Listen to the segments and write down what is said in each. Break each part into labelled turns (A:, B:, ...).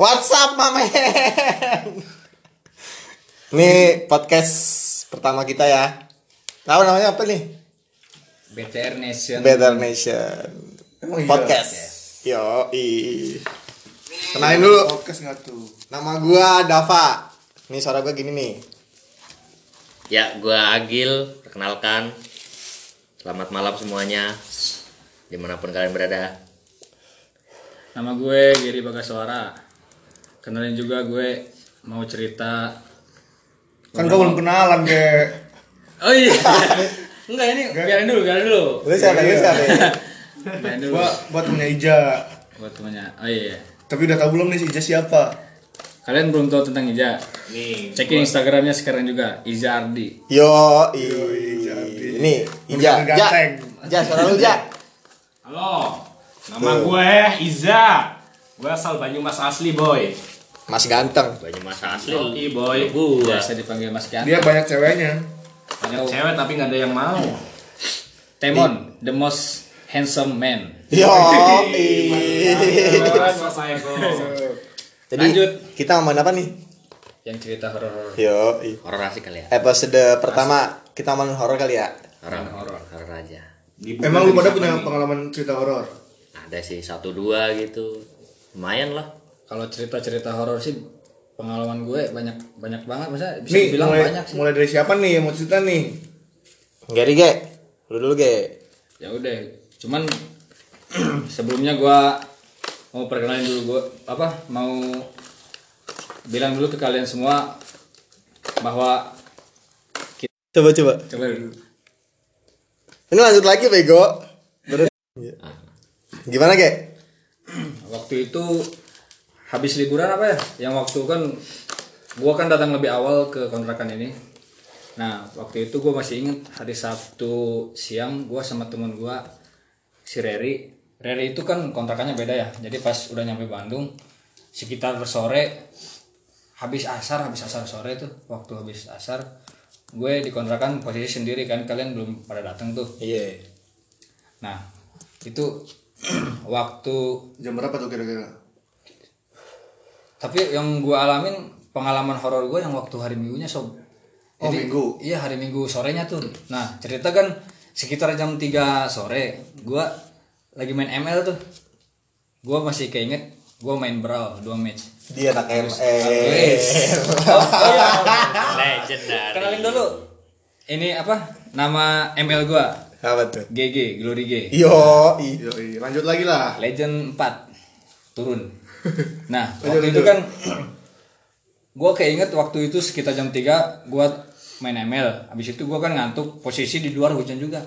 A: What's up, my man? Ini podcast pertama kita ya. Tahu namanya apa nih?
B: BTR Nation.
A: Better Nation
C: Emang iya?
A: Podcast. Yo, Kenalin dulu.
C: Podcast nggak tuh?
A: Nama gua Dava. Nih suara gua gini nih.
D: Ya, gua Agil, perkenalkan. Selamat malam semuanya. Dimanapun kalian berada.
B: Nama gue Giri Bagaswara. Kenalin juga gue mau cerita.
C: Kan gue belum kenalan deh.
B: Oh iya. Enggak ini biarin dulu, biarin dulu.
A: Lu siapa? Lu siapa?
B: Biarin dulu.
C: Gua buat temennya Ija.
B: Buat temennya. Oh iya.
C: Tapi udah tau belum nih si Ija siapa?
B: Kalian belum tahu tentang Ija? Nih. Cekin Instagramnya sekarang juga Ija Ardi.
A: Yo,
C: jadi.
A: Ini Ija.
C: Bener
A: Ja.
C: ganteng.
A: Ja, suara lu Ja.
E: Halo, nama gue Iza. Gue asal Banyumas asli, boy.
A: Mas ganteng.
D: Banyak masa asli. Iya,
E: Oke, boy.
D: Gua.
B: Biasa dipanggil Mas Kian.
C: Dia banyak ceweknya.
E: Banyak cewek tapi nggak ada yang mau.
B: Temon, the most handsome man.
A: Yo,
E: saya kok.
A: Jadi
B: Lanjut.
A: kita ngomongin apa nih?
B: Yang cerita horor-horor.
A: Yo,
D: Horor asik kali ya.
A: episode pertama kita ngomongin horor kali ya.
D: Horor horor horor aja.
C: Emang lu pada punya pengalaman cerita horor?
D: Ada sih satu dua gitu. Lumayan lah.
B: Kalau cerita-cerita horor sih pengalaman gue banyak banyak banget masa bisa
C: Nih,
B: bilang
C: mulai,
B: banyak sih.
C: mulai dari siapa nih yang mau cerita nih?
A: Gary ge, lu dulu ge.
B: ya udah cuman sebelumnya gua mau perkenalin dulu gua apa mau bilang dulu ke kalian semua bahwa
A: Coba coba.
B: coba dulu.
A: Ini lanjut lagi bego. Terus- Gimana ge?
B: waktu itu habis liburan apa ya yang waktu kan gua kan datang lebih awal ke kontrakan ini nah waktu itu gua masih inget hari Sabtu siang gua sama temen gua si Reri Reri itu kan kontrakannya beda ya jadi pas udah nyampe Bandung sekitar sore habis asar habis asar sore tuh waktu habis asar gue dikontrakan posisi sendiri kan kalian belum pada datang tuh
A: Iya.
B: nah itu waktu
C: Jam berapa tuh kira-kira?
B: Tapi yang gue alamin pengalaman horor gue yang waktu hari Minggunya sob.
C: Oh, Minggu.
B: Iya hari Minggu sorenya tuh. Nah cerita kan sekitar jam 3 sore gue lagi main ML tuh. Gue masih keinget gue main brawl dua match.
A: Dia anak
C: Eh.
A: MS.
D: Legendary.
B: Kenalin dulu. Ini apa nama ML gue?
A: Apa tuh?
B: GG Glory G.
A: Yo,
C: Yoi, lanjut lagi lah.
B: Legend 4 turun. Nah, waktu itu kan gua keinget waktu itu sekitar jam 3 gua main ML. Habis itu gua kan ngantuk, posisi di luar hujan juga.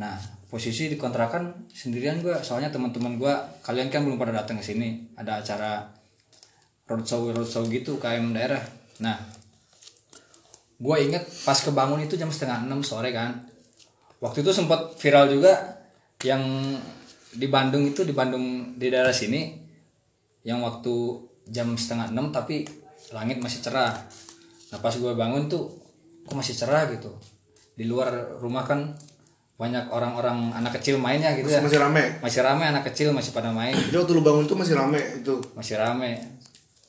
B: Nah, posisi di kontrakan sendirian gua soalnya teman-teman gua kalian kan belum pada datang ke sini. Ada acara roadshow roadshow gitu KM daerah. Nah, gua inget pas kebangun itu jam setengah 6 sore kan. Waktu itu sempat viral juga yang di Bandung itu di Bandung di daerah sini yang waktu jam setengah enam tapi langit masih cerah. Nah pas gue bangun tuh kok masih cerah gitu. Di luar rumah kan banyak orang-orang anak kecil mainnya gitu ya.
C: Masih rame.
B: Masih ramai anak kecil masih pada main
C: Jadi waktu lu bangun tuh masih rame itu.
B: masih rame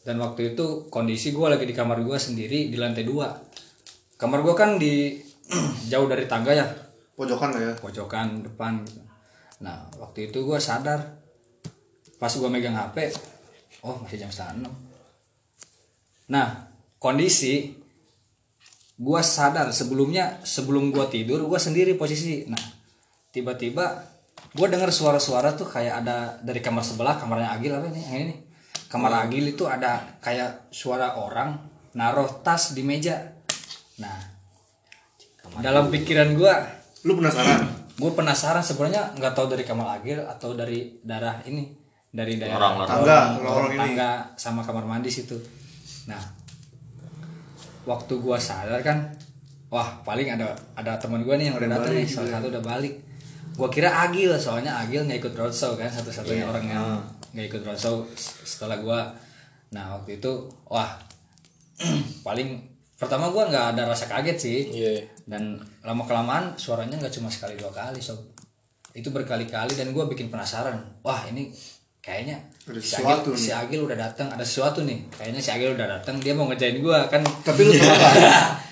B: dan waktu itu kondisi gue lagi di kamar gue sendiri di lantai dua kamar gue kan di jauh dari tangga ya
C: Pojokan lah ya.
B: pojokan depan gitu. nah waktu itu gue sadar pas gue megang hp oh masih jam setengah enam nah kondisi gue sadar sebelumnya sebelum gue tidur gue sendiri posisi nah tiba-tiba gue dengar suara-suara tuh kayak ada dari kamar sebelah kamarnya Agil apa ini yang ini kamar Agil itu ada kayak suara orang naruh tas di meja nah dalam pikiran gue
C: Lu penasaran?
B: gue penasaran sebenarnya nggak tahu dari Kamal Agil atau dari darah ini dari daerah
D: Lorong, lorong.
C: Tangga, lorong ini.
B: tangga sama kamar mandi situ nah waktu gue sadar kan wah paling ada ada teman gue nih yang udah datang nih salah satu udah balik gue kira Agil soalnya Agil nggak ikut roadshow kan satu-satunya
C: Iya.
B: orang yang
C: Ah.
B: nggak ikut roadshow s- setelah gue nah waktu itu wah paling pertama gue nggak ada rasa kaget sih dan lama kelamaan suaranya nggak cuma sekali dua kali sob itu berkali-kali dan gue bikin penasaran wah ini kayaknya
C: Ada
B: si Agil,
C: sesuatu nih.
B: si Agil udah datang ada sesuatu nih kayaknya si Agil udah datang dia mau ngejain gua kan
C: Tapi lu tahu nggak?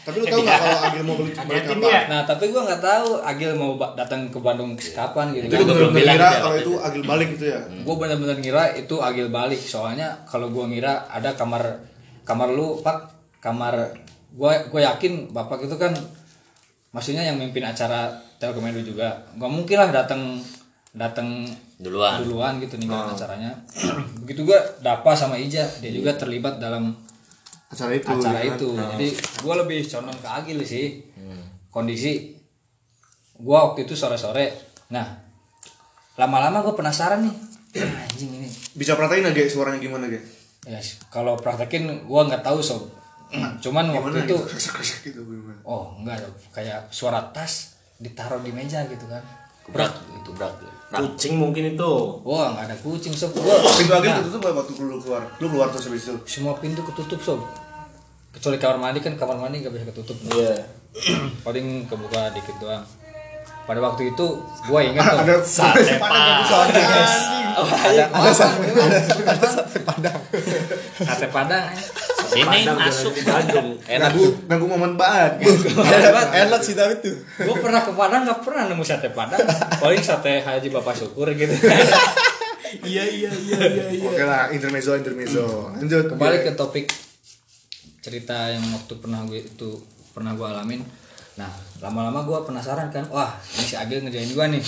C: Tapi lu tahu nggak kalau Agil mau beli balik
E: Hati-hati
C: apa?
E: dia.
B: nah tapi gua nggak tahu Agil mau ba- datang ke Bandung kapan gitu
C: Itu
B: kan
C: lu
D: Gua belum
C: bener-bener
D: bilang
C: kira
D: dia
C: kalau
D: waktu
C: itu Agil balik gitu ya.
B: gue bener-bener ngira itu Agil balik soalnya kalau gue ngira ada kamar kamar lu pak kamar gue gue yakin bapak itu kan maksudnya yang mimpin acara telkomendo juga nggak mungkin lah datang datang
D: Duluan.
B: duluan gitu ninggalin acaranya begitu gue dapa sama Ija dia juga terlibat dalam
C: Acara itu.
B: acara
C: ya kan?
B: itu jadi gue lebih condong ke Agil sih kondisi gue waktu itu sore-sore nah lama-lama gue penasaran nih anjing ini
C: Bisa perhatiin nggak dia suaranya gimana dia?
B: Ya, kalau praktekin gua nggak tahu sob. Cuman
C: Gimana
B: waktu
C: gitu?
B: itu
C: Kresek-kresek gitu gimana?
B: oh enggak kayak suara tas ditaruh di meja gitu kan.
D: Berat itu berat.
E: Kucing mungkin itu.
B: Wah, nggak ada kucing sob. Gua
C: Pintu Agil
B: nah,
C: ketutup nggak waktu lu keluar? Lu keluar terus habis itu.
B: semua pintu ketutup sob. Kecuali kamar mandi kan kamar mandi nggak bisa ketutup.
E: Iya.
B: Paling kebuka dikit doang. Pada waktu itu gua ingat Oh, tuh.
C: Ada sate padang. Sate
B: ada ada sate padang. Sate padang.
E: eh,
D: Sini Ah. masuk.
C: Enak tuh. Nanggu momen banget.
B: Hebat.
A: Enak sih tapi tuh.
B: gue pernah ke Padang nggak pernah nemu sate Padang paling sate Haji Bapak Syukur gitu
E: Iya iya iya iya.
C: Oke lah, intermezzo intermezzo. Lanjut.
B: kembali ke topik cerita yang waktu pernah gue itu pernah gue alamin nah lama-lama gue penasaran kan wah ini si Agil ngerjain gue nih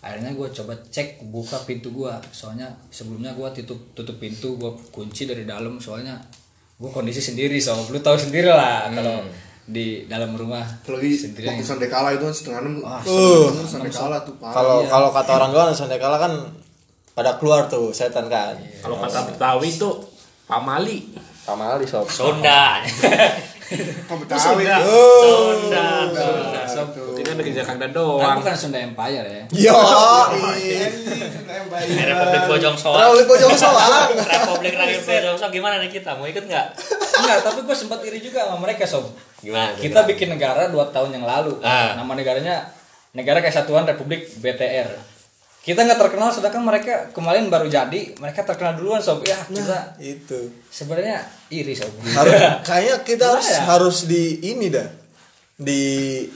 B: akhirnya gue coba cek buka pintu gue soalnya sebelumnya gue tutup tutup pintu gue kunci dari dalam soalnya gue kondisi sendiri sob lu tahu sendiri lah kalau di dalam rumah
C: Apalagi waktu sampai kalah itu kan setengah enam. Ah, sampai kalah tuh parah.
A: Kalau kalau kata orang luar Sunda Kala kan pada keluar tuh setan kan.
D: Iya.
E: Kalau kata Betawi itu pamali.
A: Sama Ali sob.
D: Sonda.
C: Kok Betawi?
E: Sonda. Sonda.
B: Sob.
E: Ini ada kerja Kang
B: Kan
E: doang.
B: bukan Sunda Empire ya
A: Yo.
D: Republik Bojong Soang.
A: Terlalu pojok soang.
D: Republik Rakyat Bojong Soang gimana nih kita? Mau ikut nggak?
B: Enggak, tapi gue sempat iri juga sama mereka sob.
D: Gimana?
B: Kita bikin negara 2 tahun yang lalu.
D: Ah.
B: Nama negaranya Negara Kesatuan Republik BTR. Kita nggak terkenal, sedangkan mereka kemarin baru jadi, mereka terkenal duluan sob. Ya kita
A: Itu.
B: sebenarnya iri sob.
A: Harus kayaknya kita
B: Iya. Gimana
A: harus
B: ya?
A: harus di ini dah. Di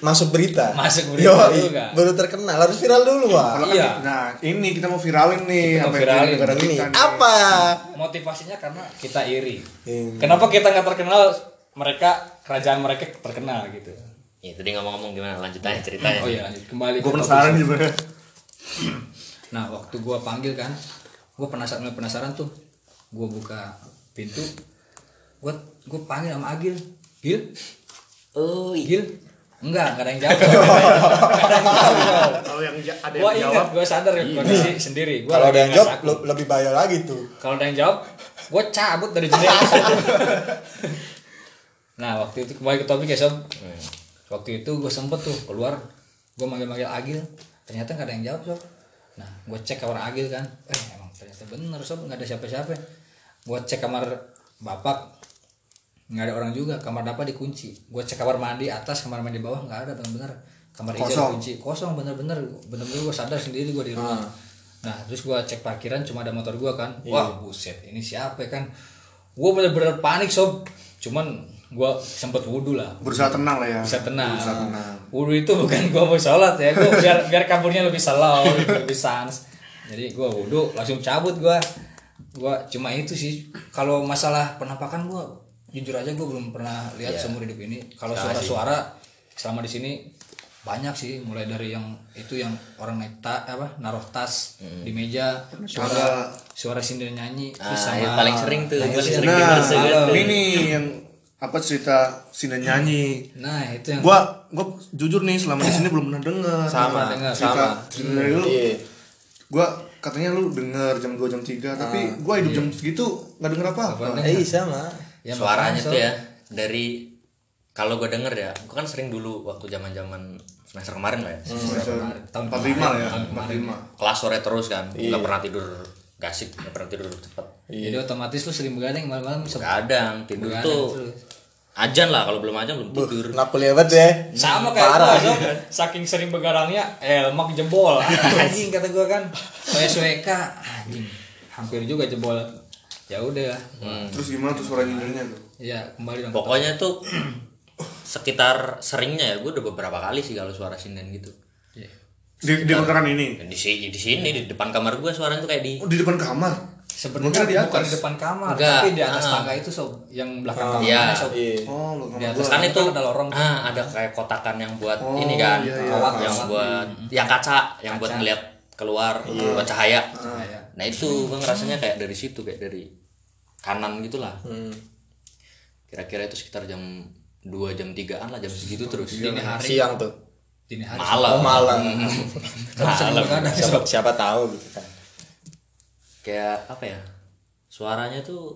A: masuk berita.
B: Masuk berita
A: Yoi,
B: juga.
A: baru terkenal, harus viral dulu, Wak.
C: Kalau kan-
B: Iya.
C: Nah, ini kita mau viralin nih
B: Kita mau
C: yang terjadi
B: viralin.
C: di negara
A: Ini Ah,
C: kita kan. nih.
A: apa? Iya.
B: Motivasinya karena kita iri.
A: Ini.
B: Kenapa kita nggak terkenal? Mereka kerajaan mereka terkenal gitu.
D: Ya, tadi ngomong-ngomong gimana lanjutannya ceritanya.
B: Oh iya lanjut kembali.
C: Gue
B: ke topik.
C: penasaran gitu.
B: Nah waktu gua panggil kan, gua penasaran mulai penasaran tuh, gua buka pintu, gua gua panggil sama Agil, Gil,
D: Oh, iya.
B: Gil, enggak nggak ada yang jawab, Nggak ada yang jawab.
E: Kalau yang ja- ada
B: Gua
E: yang
B: ingat,
E: jawab.
B: gua sadar ya, kondisi sendiri.
A: Iya.
B: Gua
A: Kalau
B: lagi
A: ada yang
B: nggak
A: jawab
B: saku.
A: le- lebih bahaya lagi tuh.
B: kalau ada yang jawab, gua cabut dari jenis. nah waktu itu kembali ke topik ya sob, waktu itu gua sempet tuh keluar, gua manggil-manggil Agil, ternyata nggak ada yang jawab sob. Nah gua cek kamar Agil kan, eh emang ternyata bener sob nggak ada siapa-siapa. Gua cek kamar bapak, nggak ada orang juga, kamar bapak dikunci. Gua cek kamar mandi atas, kamar mandi bawah nggak ada bener-bener. Kamar hijau
C: Kosong.
B: dikunci, kosong bener-bener, bener-bener gua sadar sendiri gua di rumah. Nah terus gua cek parkiran cuma ada motor gua kan, wah buset ini siapa ya kan? Gua bener-bener panik sob, cuman gua sempet wudhu lah
C: Berusaha tenang lah ya.
B: bisa tenang.
C: Berusaha tenang.
B: Wudhu itu bukan gua mau sholat ya, gua biar biar kaburnya lebih salau, lebih sans. Jadi gua wudhu langsung cabut gua. Gua cuma itu sih. Kalau masalah penampakan gua jujur aja gua belum pernah lihat seumur hidup ini. Kalau suara-suara selama di sini banyak sih mulai dari yang itu yang orang naik ta, apa naruh tas di meja suara suara sindir nyanyi terus
D: Ah,
B: sama
D: yang paling sering tuh, yang paling sering ya.
C: Nah,
D: dipersegat
B: gitu.
D: tuh.
C: ini nih yang apa cerita Sina nyanyi.
B: nah itu yang
C: Gua gua jujur nih selama di sini belum pernah denger. Nah,
A: Sama,
B: dengar,
C: cerita,
A: sama.
C: cerita dari lu.
A: Iya.
C: Gua katanya lu denger jam 2 jam 3, tapi
B: Ah,
C: gua
B: iya.
C: hidup jam segitu nggak denger apa-apa.
A: Eh, sama.
B: ya,
D: suaranya
B: makanya,
D: tuh
B: Sob.
D: ya dari kalau gue denger ya, gue kan sering dulu waktu zaman zaman semester kemarin lah ya,
B: Hmm. Tahun
C: 45 lah ya, 45.
D: kelas sore terus kan,
C: Iya.
D: nggak pernah tidur gasik, nggak pernah tidur cepet.
B: Jadi otomatis lu sering begadang malam-malam sob.
D: Kadang tidur
B: Begadang
D: tuh
B: terus.
D: ajan lah kalau belum ajan belum tidur.
A: Kenapa lihat deh?
B: sama kayak gua sob. Saking sering begadangnya, elmak jebol. Anjing kata gua kan. Saya sueka, anjing. hampir juga jebol ya udah
C: Terus gimana tuh suara nyindirnya tuh?
B: ya kembali dong
D: Pokoknya tuh sekitar seringnya ya gue udah beberapa kali sih kalau suara sinden gitu.
B: Iya.
C: Di, di kontrakan ini?
D: Dan di sini di sini di depan kamar gue suaranya tuh kayak di
C: Oh, di depan kamar?
B: sebenarnya
C: Mungkin di
B: bukan
C: atas.
B: di depan kamar
D: Enggak.
B: tapi di atas
D: Ah.
B: tangga itu sob yang belakang kamar
D: Iya.
B: sob
C: Oh, lu
B: di
C: kamar
B: atas
D: kan
B: tangga
D: itu
B: ada lorong
D: ah ada kayak kotakan yang buat
C: Oh,
D: ini kan
C: iya,
B: iya.
D: yang
B: Kawat.
D: buat yang kaca yang buat ngeliat keluar
C: Iya.
D: buat cahaya
B: Nah, ya.
D: nah itu gue ngerasanya kayak dari situ kayak dari kanan gitu gitulah
A: Hmm.
D: kira-kira itu sekitar jam 2 jam 3an lah jam segitu terus
B: dini hari Hmm,
A: siang tuh
B: dini hari
D: malam
A: Oh, malam.
D: Mm.
B: Sering
D: malam
B: banget ada,
A: siapa,
B: sob.
A: siapa tahu gitu kan
D: kayak apa ya suaranya tuh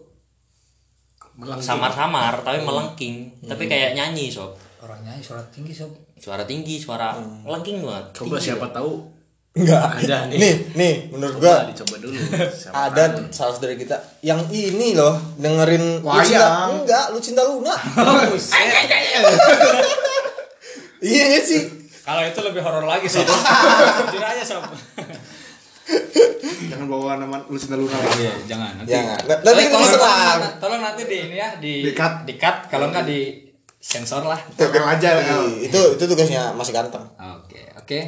B: Melengking.
D: samar-samar tapi melengking tapi kayak nyanyi sob
B: orangnya suara tinggi sob
D: suara tinggi suara melengking banget
F: Coba
D: Tinggi
F: siapa tahu
A: enggak
F: Ada nih.
A: nih nih menurut gua
F: coba dicoba dulu. Siapa
A: ada salah saudara kita yang ini loh dengerin Lu
C: Wayang.
A: Cinta- enggak lu cinta Luna iya nggak sih
B: kalau itu lebih horor lagi sob jujur aja sob
C: Jangan bawa nama lu cinta Luna lagi.
B: Iya, jangan nanti
A: Jangan. Ya, nah, Nanti kita
B: tolong,
A: diserang.
B: tolong, tolong nanti di ini ya di
C: Di cut.
B: di cut,
A: Iya.
B: kalau nggak di sensor lah
C: Tanggal aja lah. El.
A: Ih, Iya, itu itu tugasnya masih ganteng
B: oke oke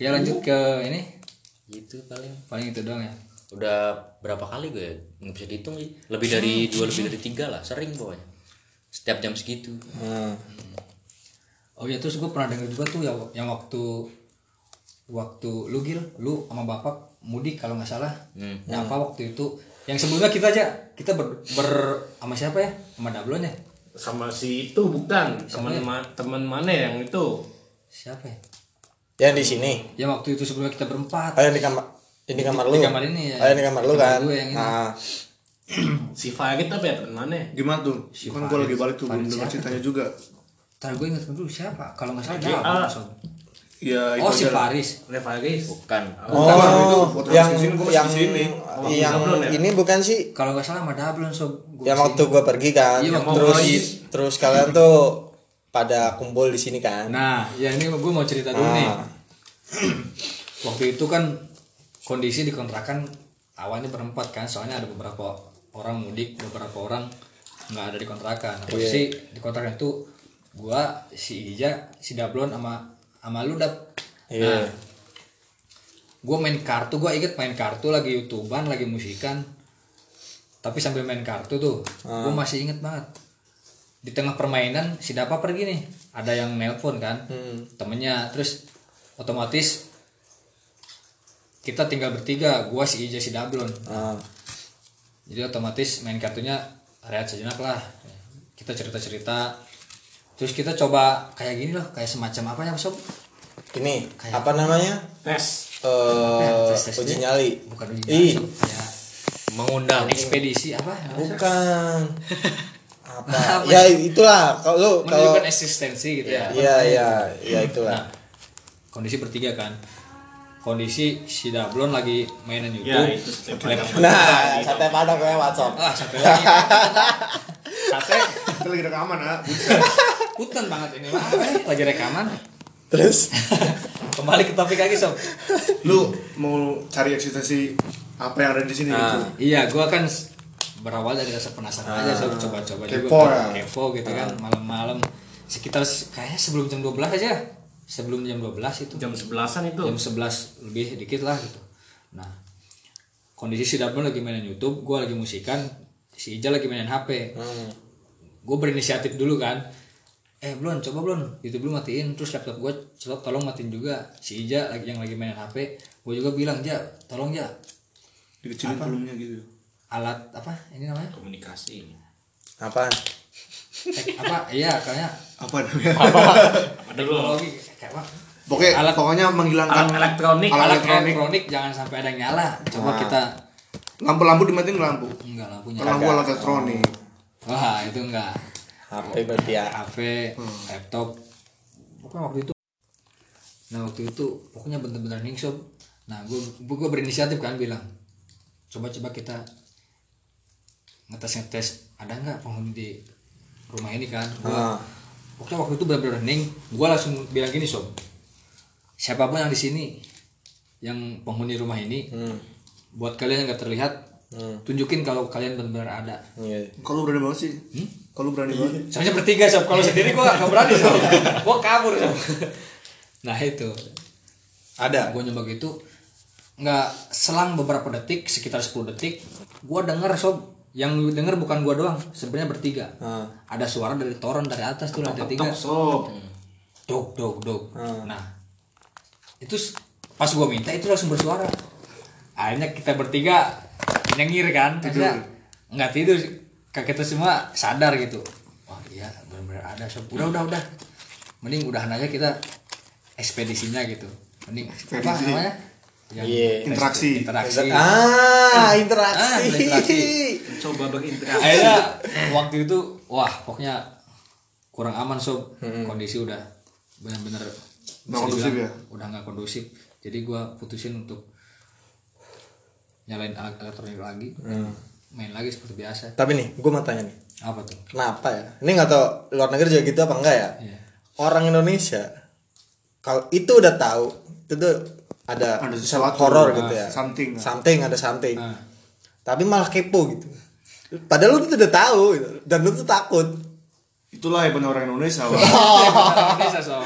B: ya lanjut ke ini
D: gitu paling
B: paling itu doang ya
D: udah berapa kali gue ya? nggak bisa dihitung sih lebih dari dua lebih dari tiga lah sering pokoknya setiap jam segitu
A: hmm.
B: oh ya terus gue pernah denger juga tuh ya yang waktu waktu lu gil lu sama bapak mudik kalau nggak salah
A: Hmm.
B: nyapa waktu itu yang sebelumnya kita aja kita ber, ber sama siapa ya sama dablon ya
E: sama si itu bukan teman ma- teman mana yang itu
B: siapa ya
A: yang di sini
B: ya waktu itu sebelumnya kita berempat
A: ada yang di kamar yang di kamar lu
B: di kamar ini ya.
A: ada yang di kamar lu
B: Kamar
A: kan
B: gue yang ini.
A: nah
E: si Farid apa ya teman mana
C: Gimana tuh? Kan gua lagi balik tuh, belum dengar
B: ya.
C: ceritanya juga.
B: Ntar gue inget dulu siapa kalau nggak salah
E: GA.
B: Dablon, sob.
C: Ya, itu
B: oh si
C: aja lah.
B: Faris
E: Levaris
D: bukan
A: oh
C: itu foto
A: yang
C: di sini, gua masih
A: yang
C: di sini.
A: yang
E: Upload ya?
A: ini bukan sih
B: kalau nggak salah sama Dablon sob Gua
A: yang
B: kesini.
A: waktu gua pergi kan
B: Iya, waktu
A: terus
B: pergi.
A: terus kalian tuh pada kumpul di sini kan
B: Nah, ya ini gue mau cerita dulu
A: Ah.
B: nih. Waktu itu kan kondisi di kontrakan awalnya berempat kan, soalnya ada beberapa orang mudik, beberapa orang nggak ada di kontrakan. Nah, Posisi
A: Iya.
B: di kontrakan itu gua, si Ija, si Dablon sama sama lu dap.
A: Iya.
B: Nah, gue main kartu, gua inget main kartu lagi youtuban, lagi musikan. Tapi sambil main kartu tuh, gue masih inget banget di tengah permainan si Dapa pergi nih ada yang nelpon kan temennya terus otomatis kita tinggal bertiga gua si Ija si Dablon
A: Ah.
B: jadi otomatis main kartunya rehat sejenak lah kita cerita cerita terus kita coba kayak gini loh kayak semacam apa ya sob
A: ini
B: Kayak-
A: apa namanya
E: tes
A: eh
B: Tes- tes
A: uji
B: dia.
A: nyali
B: bukan uji
A: Ih.
B: nyali, Sob. ya,
D: mengundang
B: ekspedisi apa
A: Iya. bukan apa
B: Apa?
A: ya itulah kalau lu- kalau
B: menunjukkan eksistensi gitu ya Nah,
A: Iya iya iya itulah.
B: kondisi bertiga kan kondisi si Dablon lagi mainan
E: ya
B: YouTube
E: itu setiap hari.
A: Nah, sate padang lewat sob.
B: ah sate lagi sate
C: Kita lagi rekaman, ah.
B: putan banget ini mah lagi rekaman
A: Terus
B: kembali ke topik lagi sob
C: Lu mau cari eksistensi apa yang ada di sini gitu.
B: iya gua kan s- berawal dari rasa penasaran aja
A: Ah.
B: sob coba-coba juga
C: Kepo
B: kan.
C: ya.
B: kepo gitu kan malam-malam sekitar s- kayaknya sebelum jam 12 aja sebelum jam 12 itu
E: jam sebelasan itu
B: jam 11 lebih dikit lah gitu nah kondisi si Dablon lagi mainan YouTube gua lagi musikan si Ija lagi mainan HP
C: Hmm.
B: gue berinisiatif dulu kan eh Blon coba Blon YouTube lu matiin terus laptop gue coba tolong matiin juga si Ija lagi yang lagi mainan HP gue juga bilang Ja tolong Ja
C: Dikecilin volumenya gitu.
B: alat apa ini namanya
E: komunikasi
A: apaan?
B: Eh, apa iya kayaknya
C: Apa namanya?
E: apa dulu
B: teknologi kayak apa
C: Pokoknya,
B: Alat-
C: pokoknya menghilangkan
E: alat elektronik.
C: Alat
B: alat
C: elektronik.
B: elektronik jangan sampai ada yang nyala coba kita
C: Lampu-lampu dimatiin nggak lampu.
B: enggak lampunya
C: Kalau lampu alat elektronik.
B: wah itu enggak
A: HP berarti ya.
B: HP Iya, laptop pokoknya waktu itu nah waktu itu pokoknya bener-bener ningsup nah gue gue berinisiatif kan bilang coba-coba kita ngetes ngetes ada nggak penghuni di rumah ini kan
A: Ah.
B: gua, pokoknya waktu itu benar-benar ning gue langsung bilang gini sob siapapun yang di sini yang penghuni rumah ini buat kalian yang gak terlihat tunjukin kalau kalian benar-benar ada
A: Iya.
C: Kalau berani banget sih. Kalau berani banget.
B: soalnya bertiga sob kalau sendiri gua gak berani sob gua kabur sob nah itu
A: Ada.
B: gua nyoba gitu nggak selang beberapa detik sekitar 10 detik gua denger sob yang denger bukan gua doang sebenarnya bertiga ada suara dari toren dari atas tuh lantai tiga
E: Tok sob.
B: dok dok dok nah itu s- pas gue minta itu langsung bersuara akhirnya kita bertiga nyengir kan tidur nggak tidur kakek kita semua sadar gitu wah iya benar-benar ada sob udah udah udah mending udahan aja kita ekspedisinya gitu mending apa
C: Ekspedisi.
B: namanya Yang
A: Iya.
C: Interaksi.
A: Ah,
B: interaksi Ah,
A: interaksi.
B: interaksi.
E: Coba
B: Nah,
E: berinteraksi.
B: akhirnya waktu itu wah pokoknya kurang aman sob kondisi udah benar-benar
C: Hmm. Nggak
B: bisa
C: kondusif
B: dibilang
C: ya?
B: udah nggak kondusif jadi gua putusin untuk nyalain alat elektronik lagi main lagi seperti biasa
A: Hmm. Tapi nih, gue mau tanya nih.
B: apa tuh
A: Kenapa ya? Ini nggak tahu luar negeri juga gitu apa enggak ya?
B: Iya.
A: Orang Indonesia kalau itu udah tahu itu tuh ada,
C: Ada
A: misalnya
C: sesuatu,
A: horor
C: ah,
A: gitu ya.
C: something lah.
A: Something ada something.
B: Ah.
A: Tapi malah kepo gitu. Padahal lu tuh udah tahu gitu. dan lu tuh takut.
C: Itulah hebatnya orang Indonesia. Bang.
B: bisa sob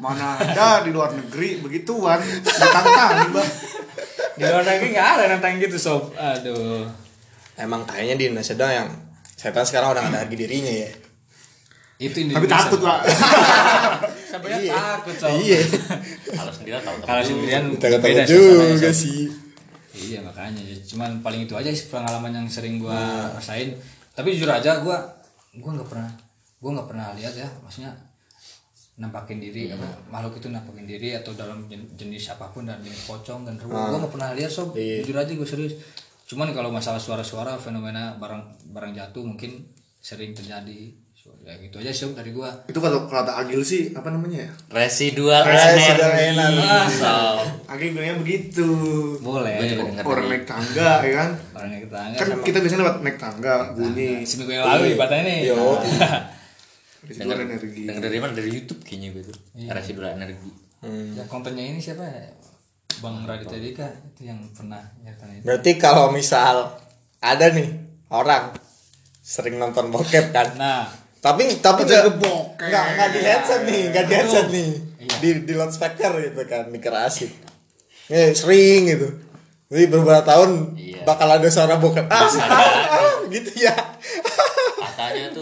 C: Mana ada di luar negeri begituan ditantang, Bang.
B: di luar negeri nggak ada nantang gitu sob aduh
A: Emang kayaknya di Indonesia doang yang setan sekarang udah nggak ada harga dirinya ya.
B: itu ini
C: Tapi takut, Pak.
B: sebenarnya takut sob
A: Iya.
D: kalau sendirian tahu
B: kalau sendirian
A: Takut
B: beda suasananya,
A: juga
B: Sob.
A: sih.
B: Iya makanya ya. cuman paling itu aja sih pengalaman yang sering gua rasain. Tapi jujur aja gua gua nggak pernah gua nggak pernah lihat ya maksudnya nampakin diri apa makhluk itu nampakin diri atau dalam jen- jenis apapun dan jenis pocong dan ruang gua nggak pernah lihat sob jujur aja gua serius cuman kalau masalah suara-suara fenomena barang barang jatuh mungkin sering terjadi So, ya gitu aja sob dari gua
C: Itu kalau kata Agil sih apa namanya ya?
D: residual
A: Sudah
D: energi
A: enak.
D: Sob.
C: Agil bilangnya begitu.
B: boleh
D: Gua juga denger
C: Orang naik tangga ya kan?
B: orang yang tetangga
C: Kan
B: sama-
C: kita biasanya lewat naik tangga bunyi
B: seminggu yang lalu di Batam ini
A: Yo.
C: residual energi.
D: Dengar dari mana? Dari YouTube kayaknya gitu. Residual energi.
B: Ya kontennya ini siapa ya? Bang Raditya Dika itu yang pernah nyeritain itu.
A: Berarti kalau misal ada nih orang sering nonton bokep kan.
B: Nah,
A: tapi tapi
C: Udah
A: nggak-
C: bokep.
A: nggak nggak di headset nih, nggak di headset nih.
B: Iya.
A: Di di loudspeaker gitu kan, dikerasin. Nih sering gitu. Jadi beberapa tahun
D: Iya.
A: bakal ada suara bokep. Ah, ah, ah, gitu ya.
D: Katanya tuh